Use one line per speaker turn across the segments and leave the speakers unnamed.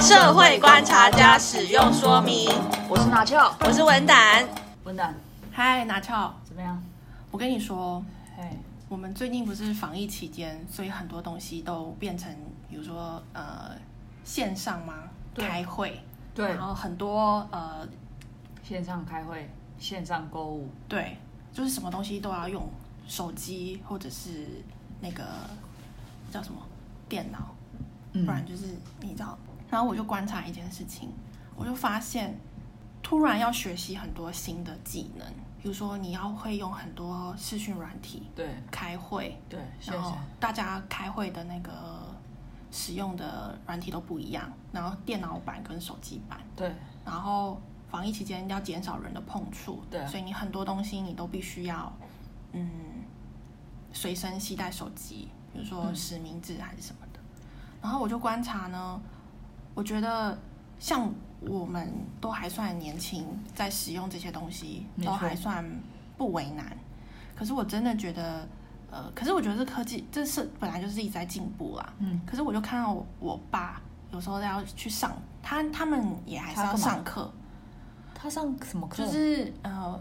社会观察家使用说明。
我是拿翘，
我是文胆，
文胆
嗨，拿翘，
怎么样？
我跟你说，
哎，
我们最近不是防疫期间，所以很多东西都变成，比如说呃线上吗？
对
开会，
对
然，后很多呃
线上开会，线上购物，
对，就是什么东西都要用手机或者是那个叫什么电脑，
嗯
不然就是你知道。然后我就观察一件事情，我就发现，突然要学习很多新的技能，比如说你要会用很多视讯软体
对
开会，
对，线
然后
上
大家开会的那个使用的软体都不一样，然后电脑版跟手机版，
对
然后防疫期间要减少人的碰触，
对
所以你很多东西你都必须要，嗯，随身携带手机，比如说
嗯
实名制还是什么的。然后我就观察呢，我觉得像我们都还算年轻，在使用这些东西
没
都
错
还算不为难。可是我真的觉得，呃，可是我觉得这科技这是本来就是一直在进步啦。
嗯，
可是我就看到我我爸有时候要去上，他他们也还是
他
要
干嘛
上课，
他上什么课？
就是呃，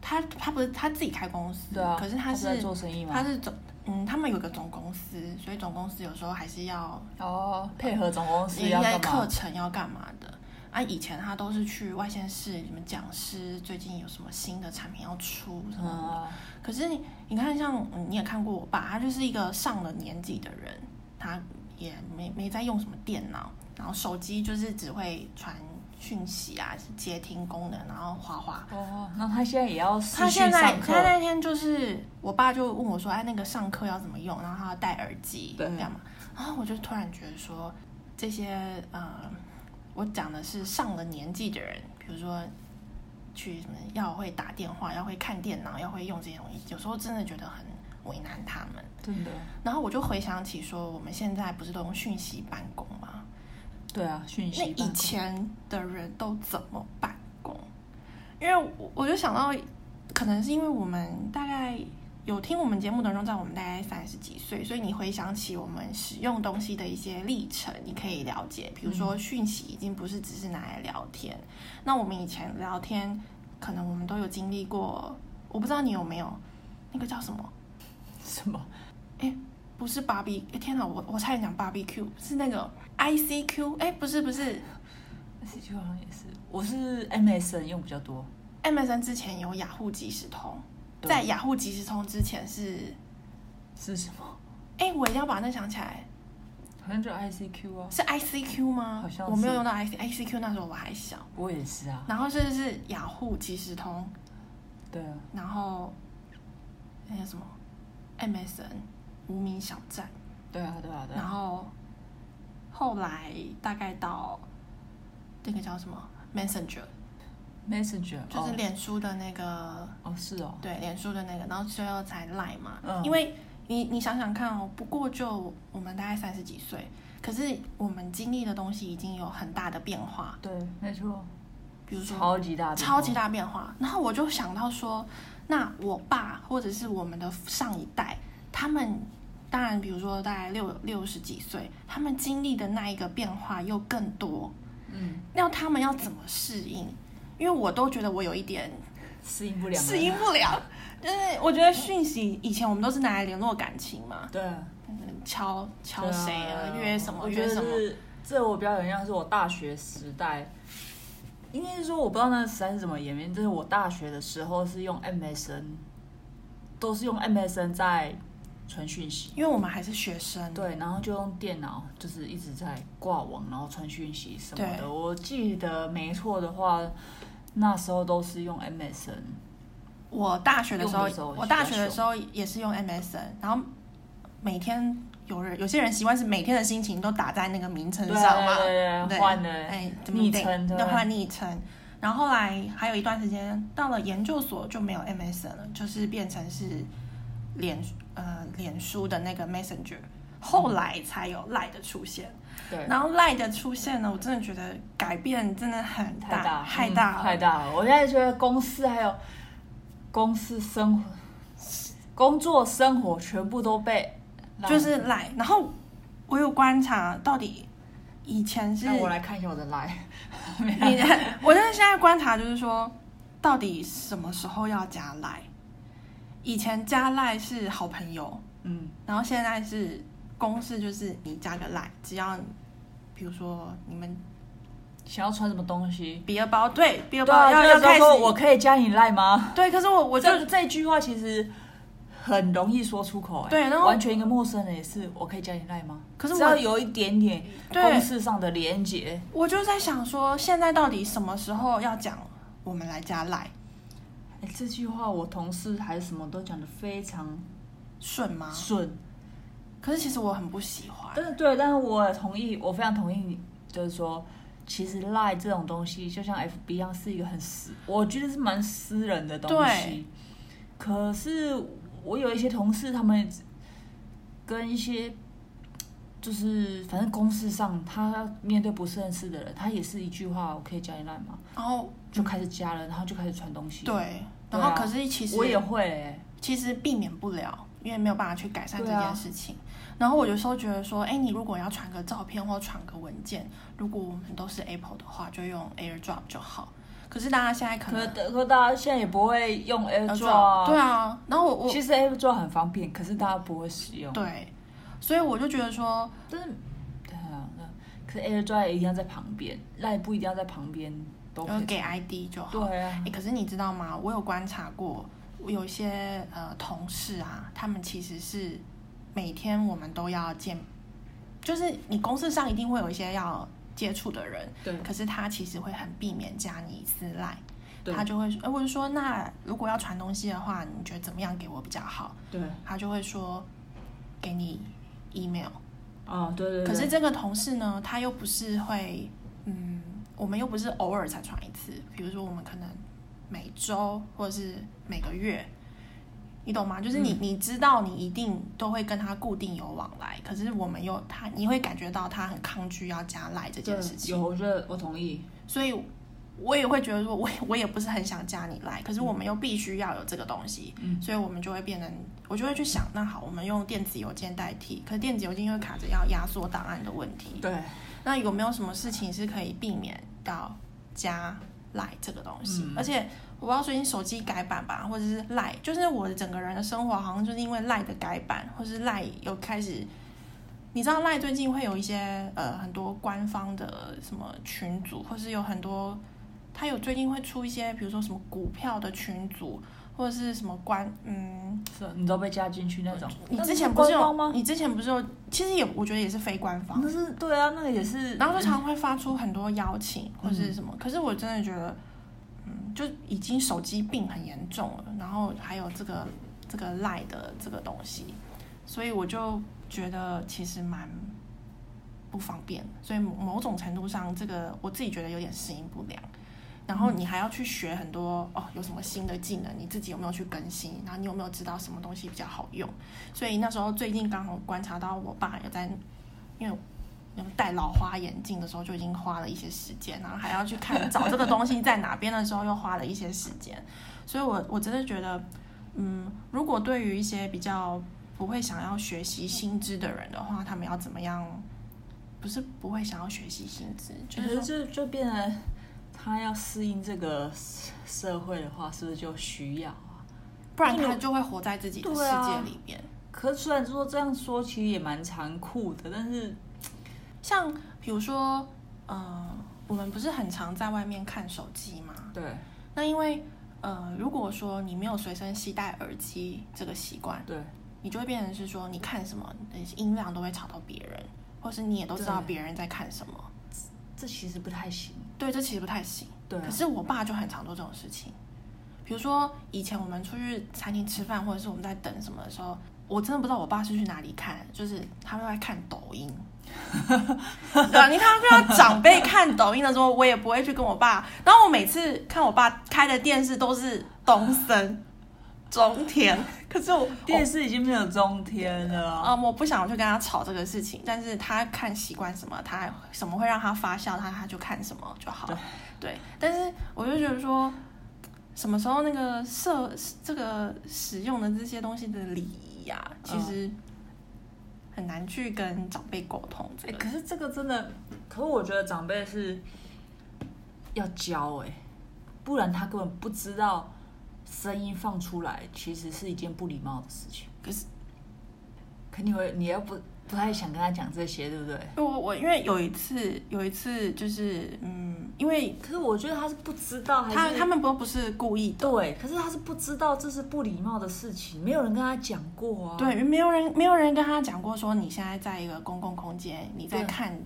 他他不是他自己开公司，
对啊，
可是他
不
是
在做生意吗？
他是总嗯，他们有个总公司，所以总公司有时候还是要
哦，配合总公司
一
要
些
干
课
嘛？
程要干嘛的。啊，以前他都是去外县市，你们讲师最近有什么新的产品要出什么的
嗯，
可是你你看像，嗯你也看过我爸，他就是一个上了年纪的人，他也没没在用什么电脑，然后手机就是只会传讯息啊，接听功能，然后滑滑。
哦，那他现在也要
他
他
现在
上
他
课？
那天就是我爸就问我说，哎，那个上课要怎么用？然后他要戴耳机，
对
这样嘛。然后我就突然觉得说，这些呃，我讲的是上了年纪的人，比如说去什么要会打电话，要会看电脑，要会用这些东西，有时候真的觉得很为难他们。
真的，
然后我就回想起说，我们现在不是都用讯息办公吗？
对啊，讯
那
息办
以
公
前的人都怎么办公？因为我我就想到，可能是因为我们大概有听我们节目的人都在我们大概三十几岁，所以你回想起我们使用东西的一些历程，你可以了解。比如说讯息已经不是只是拿来聊天，那我们以前聊天，可能我们都有经历过，我不知道你有没有那个叫什么？
什么？
不是 b 比，b 天哪，我我差点讲 barbecue，是那个 ICQ，哎，不是不是。
C Q 好像也是，我是 M S N 用比较多，
MSN 之前有雅虎即时通，
对
在雅虎即时通之前是，
是什么？
哎、我一定要把那想起来，
好像就 I C Q 啊，
是 ICQ 吗？
好像是
我没有用到 IC ICQ，那时候我还小。
我也是啊，
然后是是雅虎即时通，
对啊，
然后那个什么 MSN 无名小站，
对啊，对啊，对
然
啊，
后后来大概到那个叫什么 Messenger，
Messenger
就是
哦
脸书的那个
哦是哦，
对，脸书的那个，然后最后才赖嘛。
嗯
因为你你想想看哦，不过就我们大概三十几岁，可是我们经历的东西已经有很大的变化，
对，没错，
比如说
超级大，
超级，大变化。然后我就想到说，那我爸或者是我们的上一代，他们当然比如说大概六六十几岁，他们经历的那一个变化又更多，
嗯，
那他们要怎么适应？因为我都觉得我有一点
适应不了，
适应，不了。就是我觉得讯息以前我们都是拿来联络感情嘛，
对，
嗯敲敲
对
谁啊，约什么
我觉
约
得
什么，
是这我比较有印象，是我大学时代。应该是说，我不知道那个时代是怎么演变。就是我大学的时候是用 MSN，都是用 MSN 在传讯息。
因为我们还是学生，
对，然后就用电脑，就是一直在挂网，然后传讯息什么
对
的。我记得没错的话，那时候都是用 MSN，
我大学的时候
用的时候，
我大学的时候也是用 MSN，然后每天有人有些人习惯是每天的心情都打在那个名称
对
上
啊
嘛，
对对
对
对，换了，
哎，怎么
昵
定
称对
要换昵称。然后后来还有一段时间，到了研究所就没有 MSN 了，就是变成是脸呃脸书的那个 Messenger，后来才有 Line 的出现。
对，
然后 Line 的出现呢，我真的觉得改变真的很
太大了
太
嗯
大了
太大了。我现在觉得公司还有公司生活、工作、生活全部都被
就是 Line。然后我有观察到底以前是
那我来看一下我的 line，
你，我真的现在观察就是说，到底什么时候要加赖？以前加赖是好朋友，
嗯，
然后现在是公式，就是你加个赖，只要你比如说你们
想要穿什么东西？
比尔包对比尔
对
包
啊，
要
就
要
是
开
说
始，
说我可以加你 line 吗？
对，可是我我
我
就
这这句话其实很容易说出口、哎，
对然后
完全一个陌生人也是，我可以加你 line 吗？
可是
只要
我
有一点点
对
公式上的连结，
我就在想说，现在到底什么时候要讲我们来加赖
哎、这句话我同事还是什么都讲的非常
顺吗？
顺，
可是其实我很不喜欢，
但是对，但是我也同意，我非常同意你，就是说，其实 Line 这种东西就像 FB 一样，是一个很私，我觉得是蛮私人的东
对
西。可是我有一些同事，他们跟一些就是反正公事上，他面对不是认识的人，他也是一句话，我可以加你 Line 吗？
然后
就开始加了，然后就开始传东西。，
嗯对，
对
然
啊
后可是其实
我也会、欸，
其实避免不了，因为没有办法去改善这
对啊
件事情。然后我有时候觉得说，哎，你如果要传个照片或传个文件，如果我们都是 Apple 的话，就用 AirDrop 就好。可是大家现在
可
可能
是可是大家现在也不会用 AirDrop，啊
嗯对啊，然后我我
其实 AirDrop 很方便，可是大家不会使用。
对，所以我就觉得说，
但是，对啊，那可是 AirDrop 一定要在旁边，赖不一定要在旁边，都可
就
以
给 ID 就好。
对啊
哎、，可是你知道吗？我有观察过，我有一些呃同事啊，他们其实是每天我们都要见，就是你公司上一定会有一些要接触的人，
对
可是他其实会很避免加你私赖，
对
他就会说，哎、我就说那如果要传东西的话，你觉得怎么样给我比较好？
对，
他就会说给你 email，
哦，对对对。
可是这个同事呢，他又不是会，嗯，我们又不是偶尔才传一次，比如说我们可能每周或者是每个月，你懂吗？就是你、
嗯
你知道你一定都会跟他固定有往来，可是我们又他你会感觉到他很抗拒要加赖这件事
对
情
有，，我觉得我同意。
所以。我也会觉得说，我也我也不是很想加你赖，可是我们又必须要有这个东西，
嗯
所以我们就会变成，我就会去想，那好，我们用电子邮件代替，可是电子邮件又卡着要压缩档案的问题，
对，
那有没有什么事情是可以避免到加赖这个东西？
嗯
而且我不知道最近手机改版吧，或者是赖，就是我的整个人的生活好像就是因为赖的改版，或是赖有开始，你知道赖最近会有一些呃很多官方的什么群组，或是有很多它有最近会出一些，比如说什么股票的群组，或者是什么官嗯。
是你都被加进去那种。
你
那
之前不
官
是有
方吗？
你之前不是有，其实也我觉得也是非官方，
那是对啊，那个也是。
然后就常常会发出很多邀请或是什么，可是我真的觉得，嗯，就已经手机病很严重了，然后还有这个这个赖的这个东西，所以我就觉得其实蛮不方便，所以某某种程度上，这个我自己觉得有点适应不良。然后你还要去学很多哦，有什么新的技能，你自己有没有去更新？然后你有没有知道什么东西比较好用？所以那时候最近刚好观察到我爸有在，因为那个戴老花眼镜的时候就已经花了一些时间，然后还要去看找这个东西在哪边的时候又花了一些时间，所以我我真的觉得，嗯，如果对于一些比较不会想要学习新知的人的话，他们要怎么样？不是不会想要学习新知，就
就是是
说
就就变得他要适应这个社社会的话，是不是就需要啊？
不然他就会活在自己的
对
世
啊
界里面。
可是虽然说这样说，其实也蛮残酷的，但是
像比如说，呃，我们不是很常在外面看手机吗？
对
那因为呃，如果说你没有随身携带耳机这个习惯，
对
你就会变成是说，你看什么呃音量都会吵到别人，或是你也都知道
对
别人在看什么。
这其实不太行。
对，这其实不太行。
对啊
可是我爸就很常做这种事情。比如说以前我们出去餐厅吃饭，或者是我们在等什么的时候，我真的不知道我爸是去哪里看，就是他会在看抖音。 对啊，你看他看到长辈看抖音的时候，我也不会去跟我爸。然后我每次看我爸开的电视都是东森、中天，可是我
电视已经没有中天了啊、
嗯，我不想去跟他吵这个事情，但是他看习惯什么，他什么会让他发笑，他他就看什么就好了。对，但是我就觉得说，什么时候那个
嗯
社这个使用的这些东西的礼仪啊，其实很难去跟长辈沟通这
哎、
个。
可是这个真的，可是我觉得长辈是要教哎、不然他根本不知道声音放出来其实是一件不礼貌的事情。
可是
可你会，你又不不太想跟他讲这些，对不对？
我我因为有一次有一次就是嗯，因为
可是我觉得他是不知道，还是
他他们都不是故意的，
对，可是他是不知道这是不礼貌的事情，没有人跟他讲过啊。
对，没有人没有人跟他讲过说你现在在一个公共空间，你在
对
看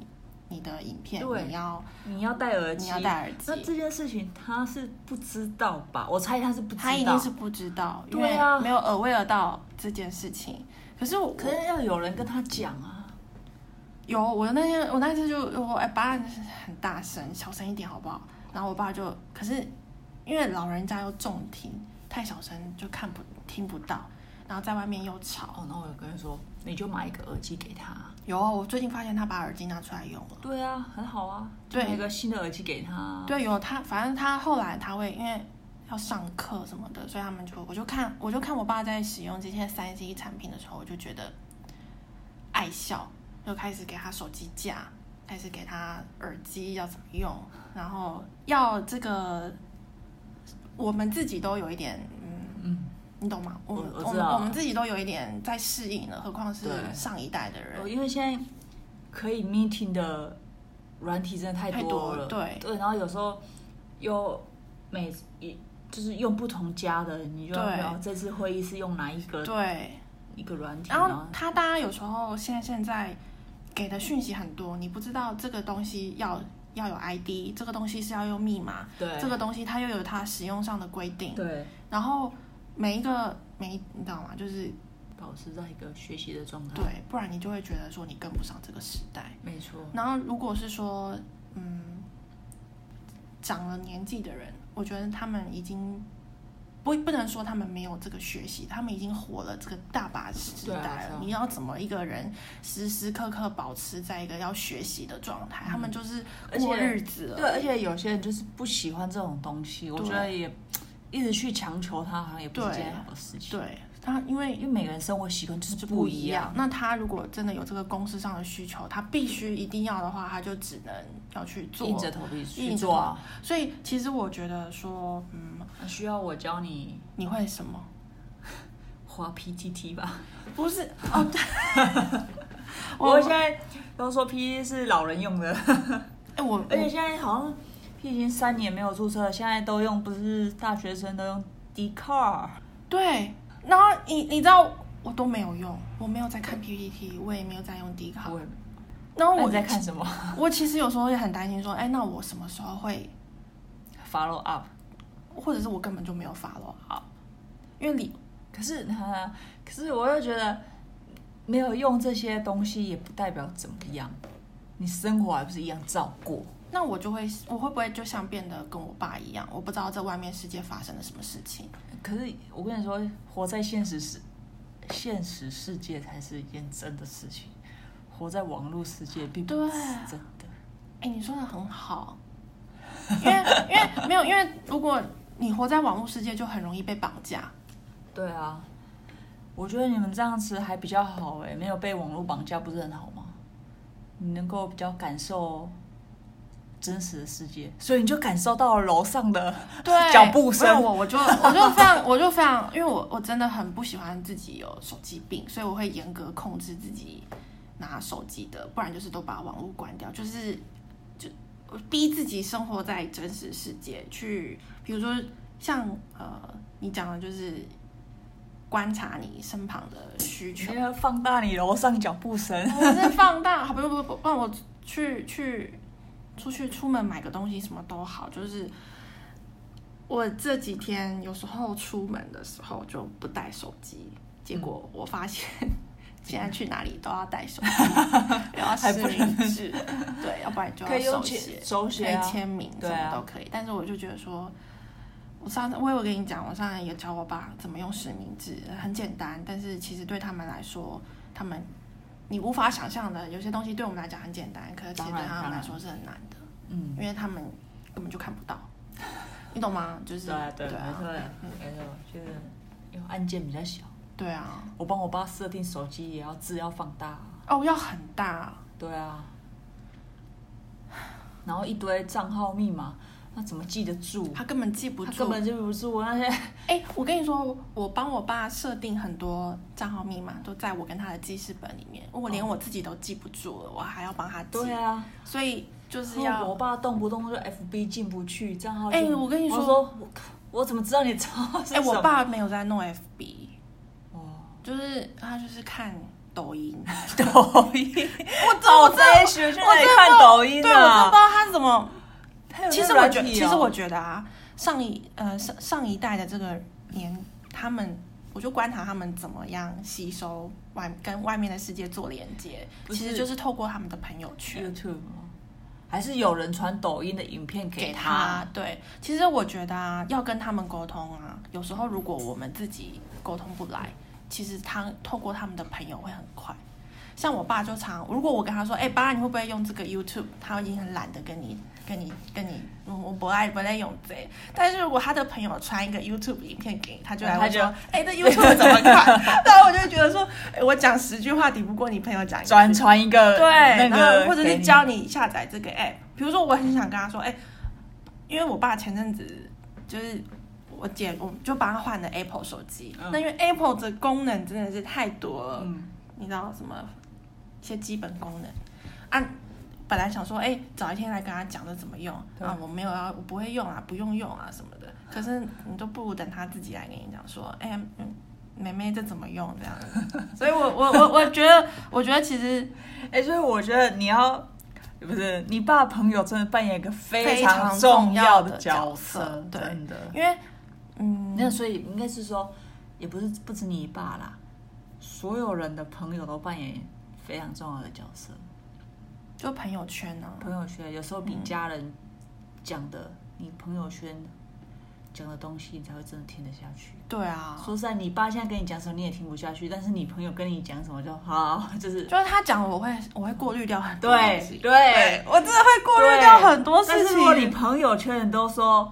你的影片，
对
你要
你要戴耳机，
你要戴耳
那
机。
这件事情他是不知道吧？我猜他是不知道，
他一定是不知道，因为
对啊
没有 aware 到这件事情。可是我，
可是要有人跟他讲啊。
有我那天我那次就我哎爸很大声，小声一点好不好？然后我爸就可是因为老人家又重听，太小声就看不听不到，然后在外面又吵。
哦，那我有跟他说，你就买一个耳机给他。
有我最近发现他把耳机拿出来用了。
对啊，很好啊，
对
就买一个新的耳机给他。，
对，有他，反正他后来他会因为要上课什么的，所以他们就我就看我就看我爸在使用这些三 C 产品的时候，我就觉得爱笑，就开始给他手机架，开始给他耳机要怎么用，然后要这个我们自己都有一点嗯。
嗯，
你懂吗？我
我
们
我知
们
道
我们自己都有一点在适应了，何况是
对
上一代的人
哦。因为现在可以 meeting 的软体真的太
太
多
多
了，
了对
对，然后有时候又每一就是用不同家的，你就要
对
然后这次会议是用哪一个
对，
一个软体，
然后他大家有时候现在现在给的讯息很多，你不知道这个东西要要有 ID，这个东西是要用密码，
对
这个东西它又有它使用上的规定。
对，
然后每一个每一你知道吗？就是
保持在一个学习的状态，
对，，不然你就会觉得说你跟不上这个时代。
没错，
然后如果是说嗯长了年纪的人，我觉得他们已经。不不能说他们没有这个学习，他们已经活了这个大把时
对啊
代
是
了。
啊
你要怎么一个人时时刻刻保持在一个要学习的状态？他们就是
而
过
且
日子了。
对，嗯而且有些人就是不喜欢这种东西，我
对
觉得也一直去强求他，好像也不是
对
件好的事情。，
对他，因为
因为每个人生活习惯就是不一样。。
那他如果真的有这个公司上的需求，他必须一定要的话，他就只能要去做。
硬着头皮去
硬着
做啊，
所以其实我觉得说，嗯，
那需要我教你
你会什么？
滑 PTT 吧？
不是哦， 对我
我现在都说 PTT 是老人用的，
哎我
而且
我
现在好像 P 已经三年没有注册了，现在都用不是大学生都用 d c a r
对，然后你你知道我都没有用，我没有在看 PPT，我也没有在用 D 卡。
我也
然后
那
我
你在看什么
我其实有时候也很担心说，哎，那我什么时候会，
？Follow up。
或者是我根本就没有 follow up，因为你
可是 他，可是我又觉得没有用这些东西，也不代表怎么样，你生活还不是一样照过。
那我就会，我会不会就像变得跟我爸一样？我不知道在外面世界发生了什么事情。
可是我跟你说，活在现实世现实世界才是一件真的事情，活在网络世界并不
对
是真的。
哎，你说的很好，因为因为没有，因为如果你活在网络世界，就很容易被绑架。
对啊，我觉得你们这样子还比较好哎、没有被网络绑架，不是很好吗？你能够比较感受真实的世界，所以你就感受到了楼上的
对，
脚步声
没有我我就我就非常我就非常，因为我我真的很不喜欢自己有手机病，所以我会严格控制自己拿手机的，不然就是都把网络关掉，就是就我逼自己生活在真实世界，去比如说像呃你讲的就是观察你身旁的需
你
求，
要放大你楼上脚步声。
我是放大，好不不不，不然我去去出去出门买个东西什么都好，就是我这几天有时候出门的时候就不带手机，结果我发现现在去哪里都要带手机，又要实名制，对，要不然 就
可以
要
用
手
签
写，
手
可
写
以
啊，
签名什
对啊
么都可以，但是我就觉得说。我上次我有跟你讲，我上次也教我爸怎么用实名制，很简单，但是其实对他们来说，他们你无法想象的，有些东西对我们来讲很简单，可是其实
当
对
然
他
当
们来
然
说是很难的，
嗯，
因为他们根本就看不到，你懂吗？就是
对啊对，没
啊
错，没错，就是因为按键比较小。
对啊，
我帮我爸设定手机也要字要放大啊，
哦，要很大，
对 啊，然后一堆账号密码，那怎么记得住？
他根本记不
他
住
根。本记不住那 些。
哎、我跟你说，我帮我爸设定很多账号密码，都在我跟他的记事本里面，我连我自己都记不住了，我还要帮他记。
对啊，哦
所以就是
然后我
要
爸动不动就 FB 进不去，账号
哎
进不
我跟你
我
说
说我我怎么知道你账号是
哎、我
什么
爸没有在弄 FB，
哦，
就是他就是看抖音。
抖音，
我
我这一学去
我
那里
真的
看
不知道
抖音
对，我真的不知
啊。
道他怎么。
还有那
其实我
软
觉得，
体
其
哦
实我觉得啊，上一呃上上一代的这个年，他们我就观察他们怎么样吸收外跟外面的世界做连接，
不
其实
是
就是透过他们的朋友圈
YouTube 吗还是有人传抖音的影片
给
他
他。。对，其实我觉得啊，要跟他们沟通啊，有时候如果我们自己沟通不来，其实他透过他们的朋友会很快。像我爸就常，如果我跟他说，哎、爸，你会不会用这个 YouTube？他已经很懒得跟你、跟你、跟你，我我不爱不爱用这个。但是如果他的朋友传一个 YouTube 影片给你，他就来
他
问
就
说， 哎、那 YouTube 怎么看？ 然后我就会觉得说，哎我讲十句话抵不过你朋友讲一句。
转传一个
对，
那
然
个
后或者
给
是
你
教你下载这个 app。比如说，我很想跟他说，哎、因为我爸前阵子就是我姐，我就帮他换了 Apple 手机。
嗯
那因为 Apple 的功能真的是太多了，
嗯
你知道什么一些基本功能啊？本来想说，哎、早一天来跟他讲这怎么用
对
啊，我没有要，我不会用啊，不用用啊什么的。可是你都不如等他自己来跟你讲说，哎、嗯，妹妹这怎么用这样子。所以我我我我觉得，我觉得其实
哎、所以我觉得你要不是你爸朋友真的扮演一个非常要角
非常重要的角色对
真的。
因为，嗯，
那所以应该是说，也不是不止你爸啦，所有人的朋友都扮演非常重要的角色。
就朋友圈啊呢、
朋友圈有时候比家人讲的，你朋友圈讲的东西，你才会真的听得下去。
对啊，
说实在，你爸现在跟你讲什么，你也听不下去；但是你朋友跟你讲什么就好，就是
就是他讲，我会我会过滤掉很多东
对
西，
对，
我真的会过滤掉很多
但
事
是如果你
情。
朋友圈人都说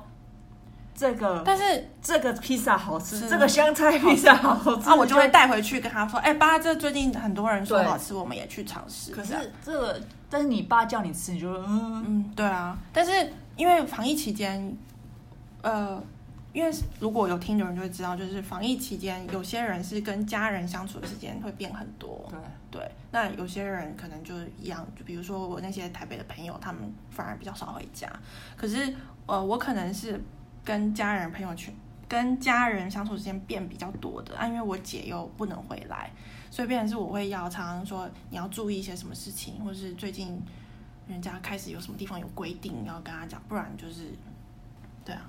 这个
但是
这个披萨好吃，
是
这个香菜披萨好吃，
啊，我就会。带回去跟他说，哎、爸，这最近很多人说
对
好吃，我们也去尝试。
可
这样
是这个，但是你爸叫你吃，你就嗯，
嗯，对啊，但是因为防疫期间，呃，因为如果有听的人就会知道，就是防疫期间，有些人是跟家人相处的时间会变很多。
对，
对，那有些人可能就是一样，就比如说我那些台北的朋友，他们反而比较少回家。可是呃，我可能是跟家人朋友圈。跟家人相处时间变比较多的，啊，因为我姐又不能回来，所以变成是我会要常常说你要注意一些什么事情，或是最近人家开始有什么地方有规定，你要跟他讲，不然就是，对啊，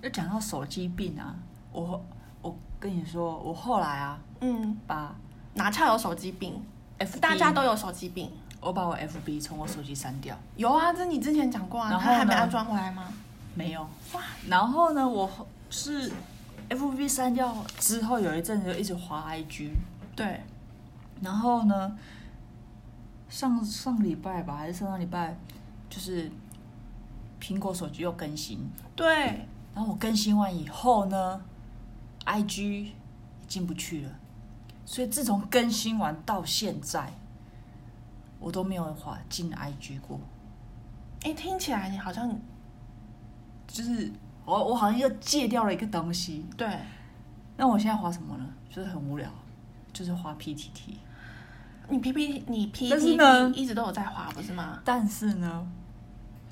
就讲到手机病啊，我我跟你说，我后来啊，
嗯，
把
哪恰有手机病
F
大家都有手机病，
我把我 FB 从我手机删掉，
有啊，这你之前讲过啊，
然后
他还没
呢
安装回来吗？
没有
嗯哇。
然后呢，我是 FB 删掉之后，有一阵子就一直滑 IG，
对，
然后呢，上上礼拜吧，还是上上礼拜，就是苹果手机又更新，
对，
然后我更新完以后呢，IG 进不去了，所以自从更新完到现在，我都没有滑进 IG 过，
哎，听起来你好像
就是我我好像又戒掉了一个东西。
对，
那我现在滑什么呢？就是很无聊，就是滑 PTT。
你 P P 你 P
但
T
是呢
一直都有在滑，不是吗？
但是呢，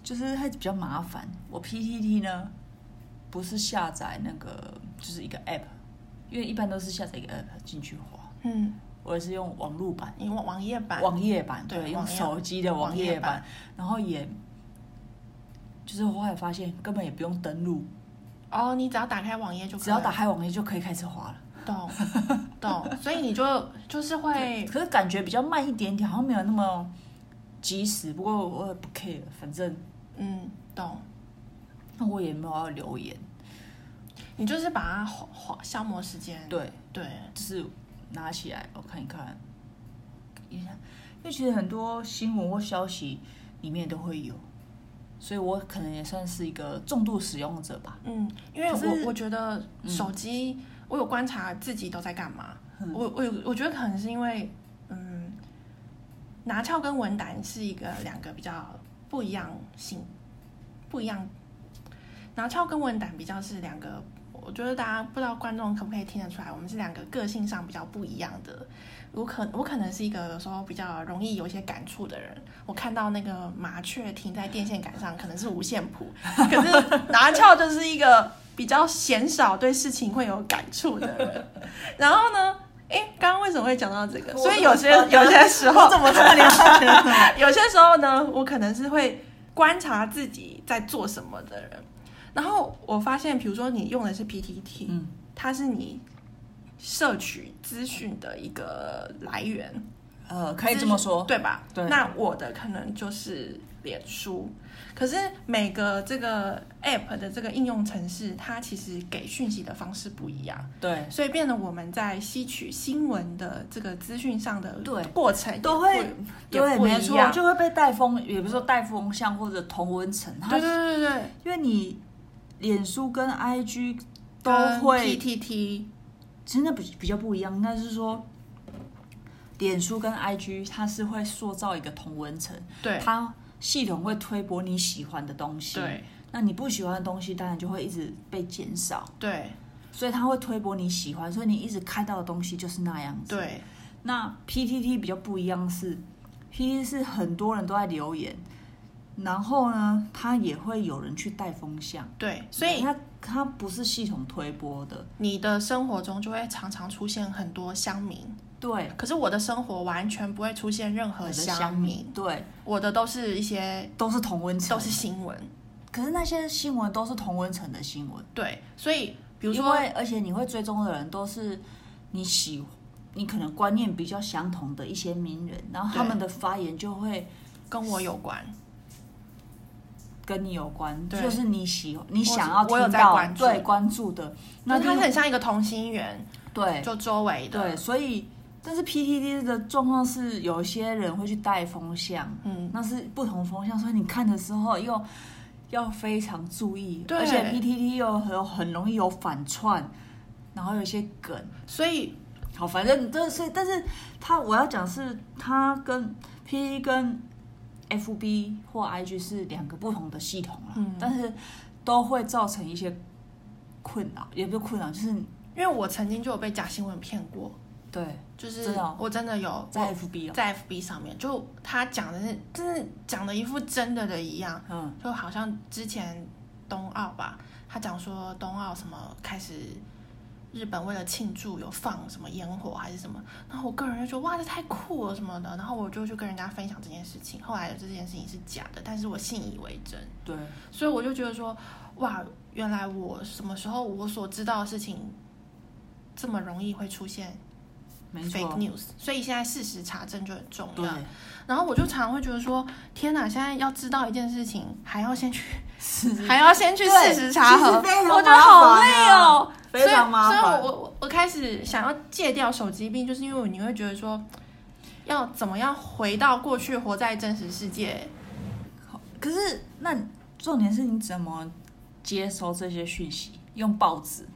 就是它比较麻烦。我 PTT 呢，不是下载那个，就是一个 app，因为一般都是下载一个 app 进去滑，
嗯，
我也是用网络版、
你网网页版，
网页版，
对
对，用
网页
手机的网页
网页
版，然后也，就是我后来发现根本也不用登录，
哦，你只要打开网页就可以
只要打开网页就可以开始滑了。
懂 懂，所以你就就是会
可是感觉比较慢一点点，好像没有那么及时。不过我也不 care，反正
嗯懂，
那我也没有要留言，
你就是把它滑滑消磨时间，
对。
对
就是拿起来我看一看，一下，因为其实很多新闻或消息里面都会有，所以我可能也算是一个重度使用者吧。
嗯，因为
可是
我我觉得手机，
嗯
我有观察自己都在干嘛。我我有我觉得可能是因为，嗯，拿翘跟文胆是一个两个比较不一样性不一样，拿翘跟文胆比较是两个，我觉得大家不知道观众可不可以听得出来，我们是两个个性上比较不一样的。我可我可能是一个有时候比较容易有一些感触的人，我看到那个麻雀停在电线杆上，可能是五线 谱，可是拿翘就是一个比较鲜少对事情会有感触的人。然后呢，诶，刚刚为什么会讲到这个？所以有些有些时候，
我怎么这么了解呢？
有些时候呢，我可能是会观察自己在做什么的人，然后我发现，比如说你用的是 PTT，、
嗯
它是你摄取资讯的一个来源，
呃， 可以这么说，
对吧？
对
那我的可能就是脸书，可是每个这个 app 的这个应用程式，它其实给讯息的方式不一样，
对，
所以变得我们在吸取新闻的这个资讯上的
对
过程也
都
不
会
也不
没
一
错，
样
就会被带风，也不是说带风向或者同温层，它
对对对对。
因为你脸书跟 IG 都
跟
会
PTT，
真的比比较不一样，应该是说，脸书跟 IG 它是会塑造一个同文层，
对
它系统会推播你喜欢的东西，
对，
那你不喜欢的东西当然就会一直被减少，
对
所以它会推播你喜欢，所以你一直看到的东西就是那样子。
对
那 PTT 比较不一样是，PTT 是很多人都在留言，然后呢，它也会有人去带风向，
对，所以
它它不是系统推播的，
你的生活中就会常常出现很多乡民，
对。
可是我的生活完全不会出现任何乡民，
对，
我的都是一些
都是同温层，
都是新闻，
可是那些新闻都是同温层的新闻，
对，所以比
比
如
如
说
说，而且你会追踪的人都是你喜，你可能观念比较相同的一些名人，然后他们的发言就会
跟我有关，
跟你有关，
对
就是你喜你想要
我有
听
在
到
关注
对关注的，
那
那
它
另
很像一个同心圆，
对
就周围
对，
的，
所以但是 PTT 的状况是有些人会去带风向，
嗯，
那是不同风向，所以你看的时候又要非常注意，
对
而且 PTT 又很很容易有反串，然后有一些梗，
所以
好，反正这是，但是它我要讲是它跟 PTT 跟 FB 或 IG 是两个不同的系统啦，
嗯
但是都会造成一些困扰，也不是困扰，就是
因为我曾经就有被假新闻骗过，
对
就是
真的哦
我真的有
在 FB 哦，
在 FB 上面，就他讲的是，真的讲的一副真的的一样，
嗯，
就好像之前冬奥吧，他讲说冬奥什么开始，日本为了庆祝有放什么烟火还是什么，然后我个人就觉得哇这太酷了什么的，然后我就去跟人家分享这件事情，后来这件事情是假的，但是我信以为真，
对
所以我就觉得说哇，原来我什么时候我所知道的事情，这么容易会出现
没
fake
错，
news，所以现在事实查证就很重
对
要。然后我就常常会觉得说，天哪！现在要知道一件事情，还要先去，
是
还要先去事实查核，
对其实非常
我觉得好累哦，
啊非常麻
所以，所
烦
以我我我开始想要戒掉手机病，就是因为你会觉得说，要怎么样回到过去，活在真实世界？
可是那重点是你怎么接收这些讯息？用报纸，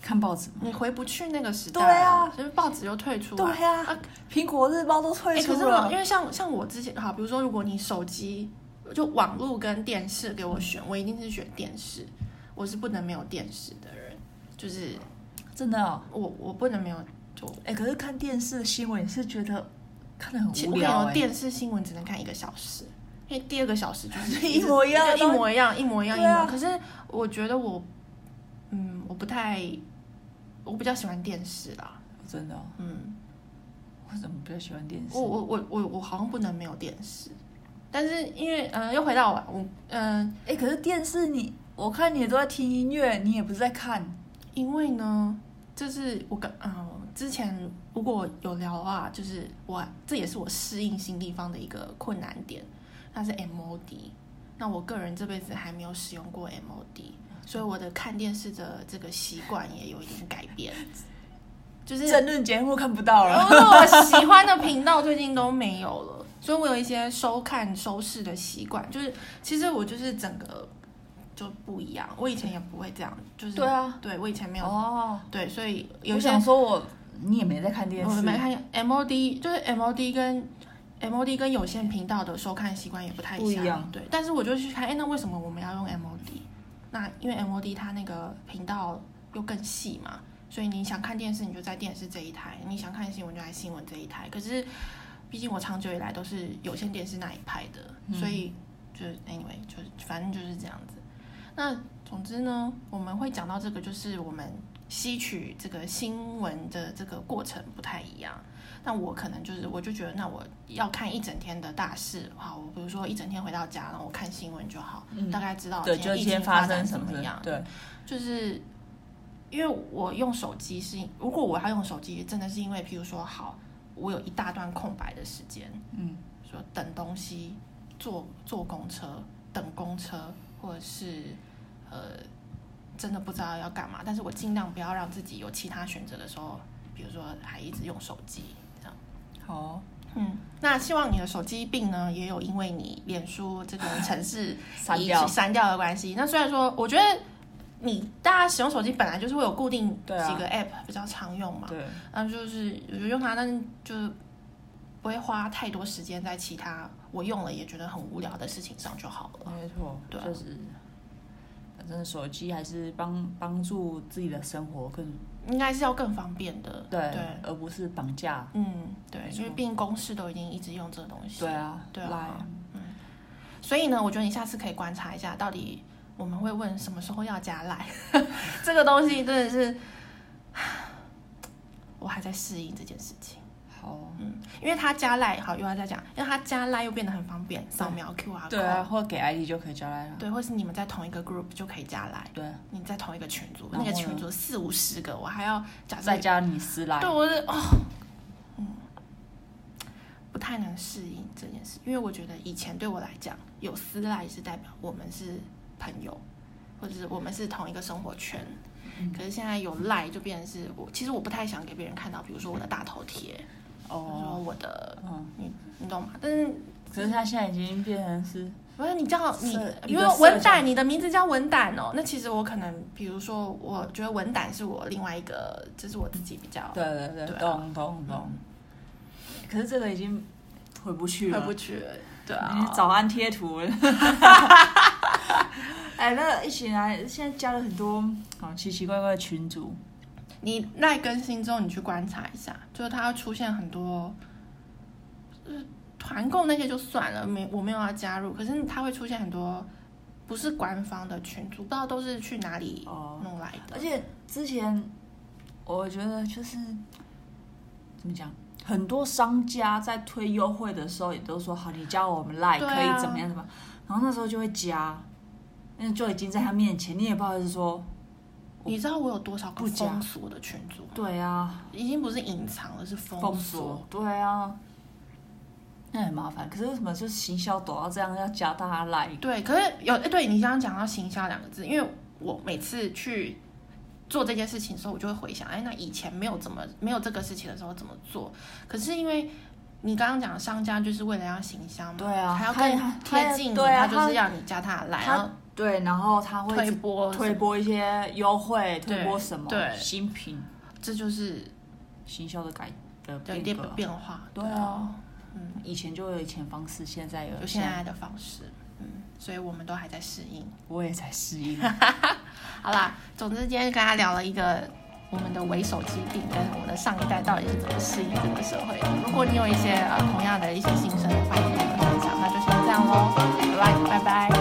看报纸吗？
你回不去那个时代
对啊
了，就是报纸又退出来。
对啊
啊
苹果日报都
哎、
退
可
出
是
了
我，因为像像我之前，好，比如说如果你手机就网络跟电视给我选，我一定是选电视，我是不能没有电视的人，就是
真的、哦。
我我不能没有就
哎、可是看电视新闻也是觉得看得很
其
无
我
聊、
有
哎
电视新闻只能看一个小时，因为第二个小时就 是
一模一样的
就一模一样，一模一样，一
对
模一
啊
样。可是我觉得我，嗯，我不太，我比较喜欢电视啦，
真的、哦，
嗯。
我怎么比较喜欢电视？
我我我我我好像不能没有电视，但是因为嗯、呃又回到我我嗯、
哎、可是电视你，我看你都在听音乐，你也不是在看，
因为呢，就是我跟嗯、之前如果有聊的话，就是我这也是我适应新地方的一个困难点，那是 MOD。那我个人这辈子还没有使用过 MOD，所以我的看电视的这个习惯也有一点改变，就是
政论节目看不到了。
因为我喜欢的频道最近都没有了，所以我有一些收看收视的习惯，就是其实我就是整个就不一样。我以前也不会这样，就是
对啊，
对我以前没有、
哦，
对，所以有
我
些哦
想说我你也没在看电
我
视，
没看 MOD，就是 MOD 跟 MOD 跟有线频道的收看习惯也不太
不一样
对。但是我就去看，哎，那为什么我们要用 MOD？那因为 MOD 它那个频道又更细嘛，所以你想看电视你就在电视这一台，你想看新闻就在新闻这一台。可是毕竟我长久以来都是有线电视那一派的，
嗯
所以就 anyway 就是反正就是这样子。那总之呢，我们会讲到这个，就是我们吸取这个新闻的这个过程不太一样。那我可能就是，我就觉得，那我要看一整天的大事，好，我比如说一整天回到家，然后我看新闻就好，
嗯
大概知道
对，就
疫
今
情
天
发
发
展
生什
怎么
么
样
事，。对，
就是因为我用手机是，如果我要用手机，真的是因为，譬如说，好，我有一大段空白的时间，
嗯，
说等东西、坐坐公车、等公车，或者是呃，真的不知道要干嘛，但是我尽量不要让自己有其他选择的时候，比如说还一直用手机这样。
好哦，
嗯，那希望你的手机病呢，也有因为你脸书这个城 市
删
移
掉
删掉的关系。那虽然说，我觉得你大家使用手机本来就是会有固定
对啊
几个 app 比较常用嘛，
对，
那就是我就用啊它，但是就是不会花太多时间在其他我用了也觉得很无聊的事情上就好了。
没错，
对啊
就是反正手机还是帮帮助自己的生活更
应该是要更方便的，
对，
对，
而不是绑架。
嗯，对，
没错
因为毕竟公式都已经一直用这个东西，
对啊，
对啊
来，
所以呢，我觉得你下次可以观察一下，到底我们会问什么时候要加赖， 这个东西真的是，我还在适应这件事情。
好，
嗯，因为它加赖，好又要再讲，因为它加赖又变得很方便，扫描 QR code，
对啊，或给 ID 就可以交来了。
对或是你们在同一个 group 就可以加赖，
对，
你在同一个群组，
然
那
后呢
个群组四五十个，我还要假设
再，加你私来
对，，我是哦，嗯，不太能适应这件事，因为我觉得以前对我来讲，有私赖是代表我们是朋友，或者是我们是同一个生活圈。
嗯
可是现在有赖就变成是我，其实我不太想给别人看到，比如说我的大头贴，或者说
哦，
我的，
嗯，
你你懂吗？但是
可是他现在已经变成是，
不是你叫你
是，
因
一个
为
社交
文胆，你的名字叫文胆哦。那其实我可能，比如说，我觉得文胆是我另外一个，这是我自己比较
对对
对啊嗯
对，懂懂懂。可是这个已经回不去
回
了，
不去了，对啊。
你早安贴 图。哎，那一起来，现在加了很多哦奇奇怪怪的群组，
你赖更新之后，你去观察一下，就是它会出现很多，就是团购那些就算了，没我没有要加入，可是它会出现很多不是官方的群组，不知道都是去哪里
哦
弄来的。
而且之前我觉得就是怎么讲，很多商家在推优惠的时候也都说好，你加我们 like
对
可
啊
以怎么样怎么样，然后那时候就会加，那就已经在他面前，你也不好意思说，
你知道我有多少个
不加
封锁的群组吗？
对啊，
已经不是隐藏了，是封
封锁，对啊。那很麻烦，可是为什么就是行销抖要这样要加大家 like？
对，可是有哎诶对你刚刚讲到行销两个字，因为我每次去做这件事情的时候，我就会回想，哎，那以前没有怎么没有这个事情的时候怎么做？可是因为你刚刚讲商家就是为了要行销嘛，
对啊
还要
他
更
他
贴近你，
对啊
就是要你加他的来，
他
然后
对，然后他会
推
一直
波什
推
么，
播一些优惠，推
对
播什么
对
新品、
这就是
行销的改的
有一
变
点
革。
变化，
对啊，
嗯，
以前就有以前方式，现在有
有现在的方式，嗯，所以我们都还在适应。
我也才适应。
好啦，总之今天跟大家聊了一个我们的为手机病跟我们的上一代到底是怎么适应这个社会的。如果你有一些呃同样的一些心声的话，也可以跟我们分享。那就先这样喽，拜拜拜拜。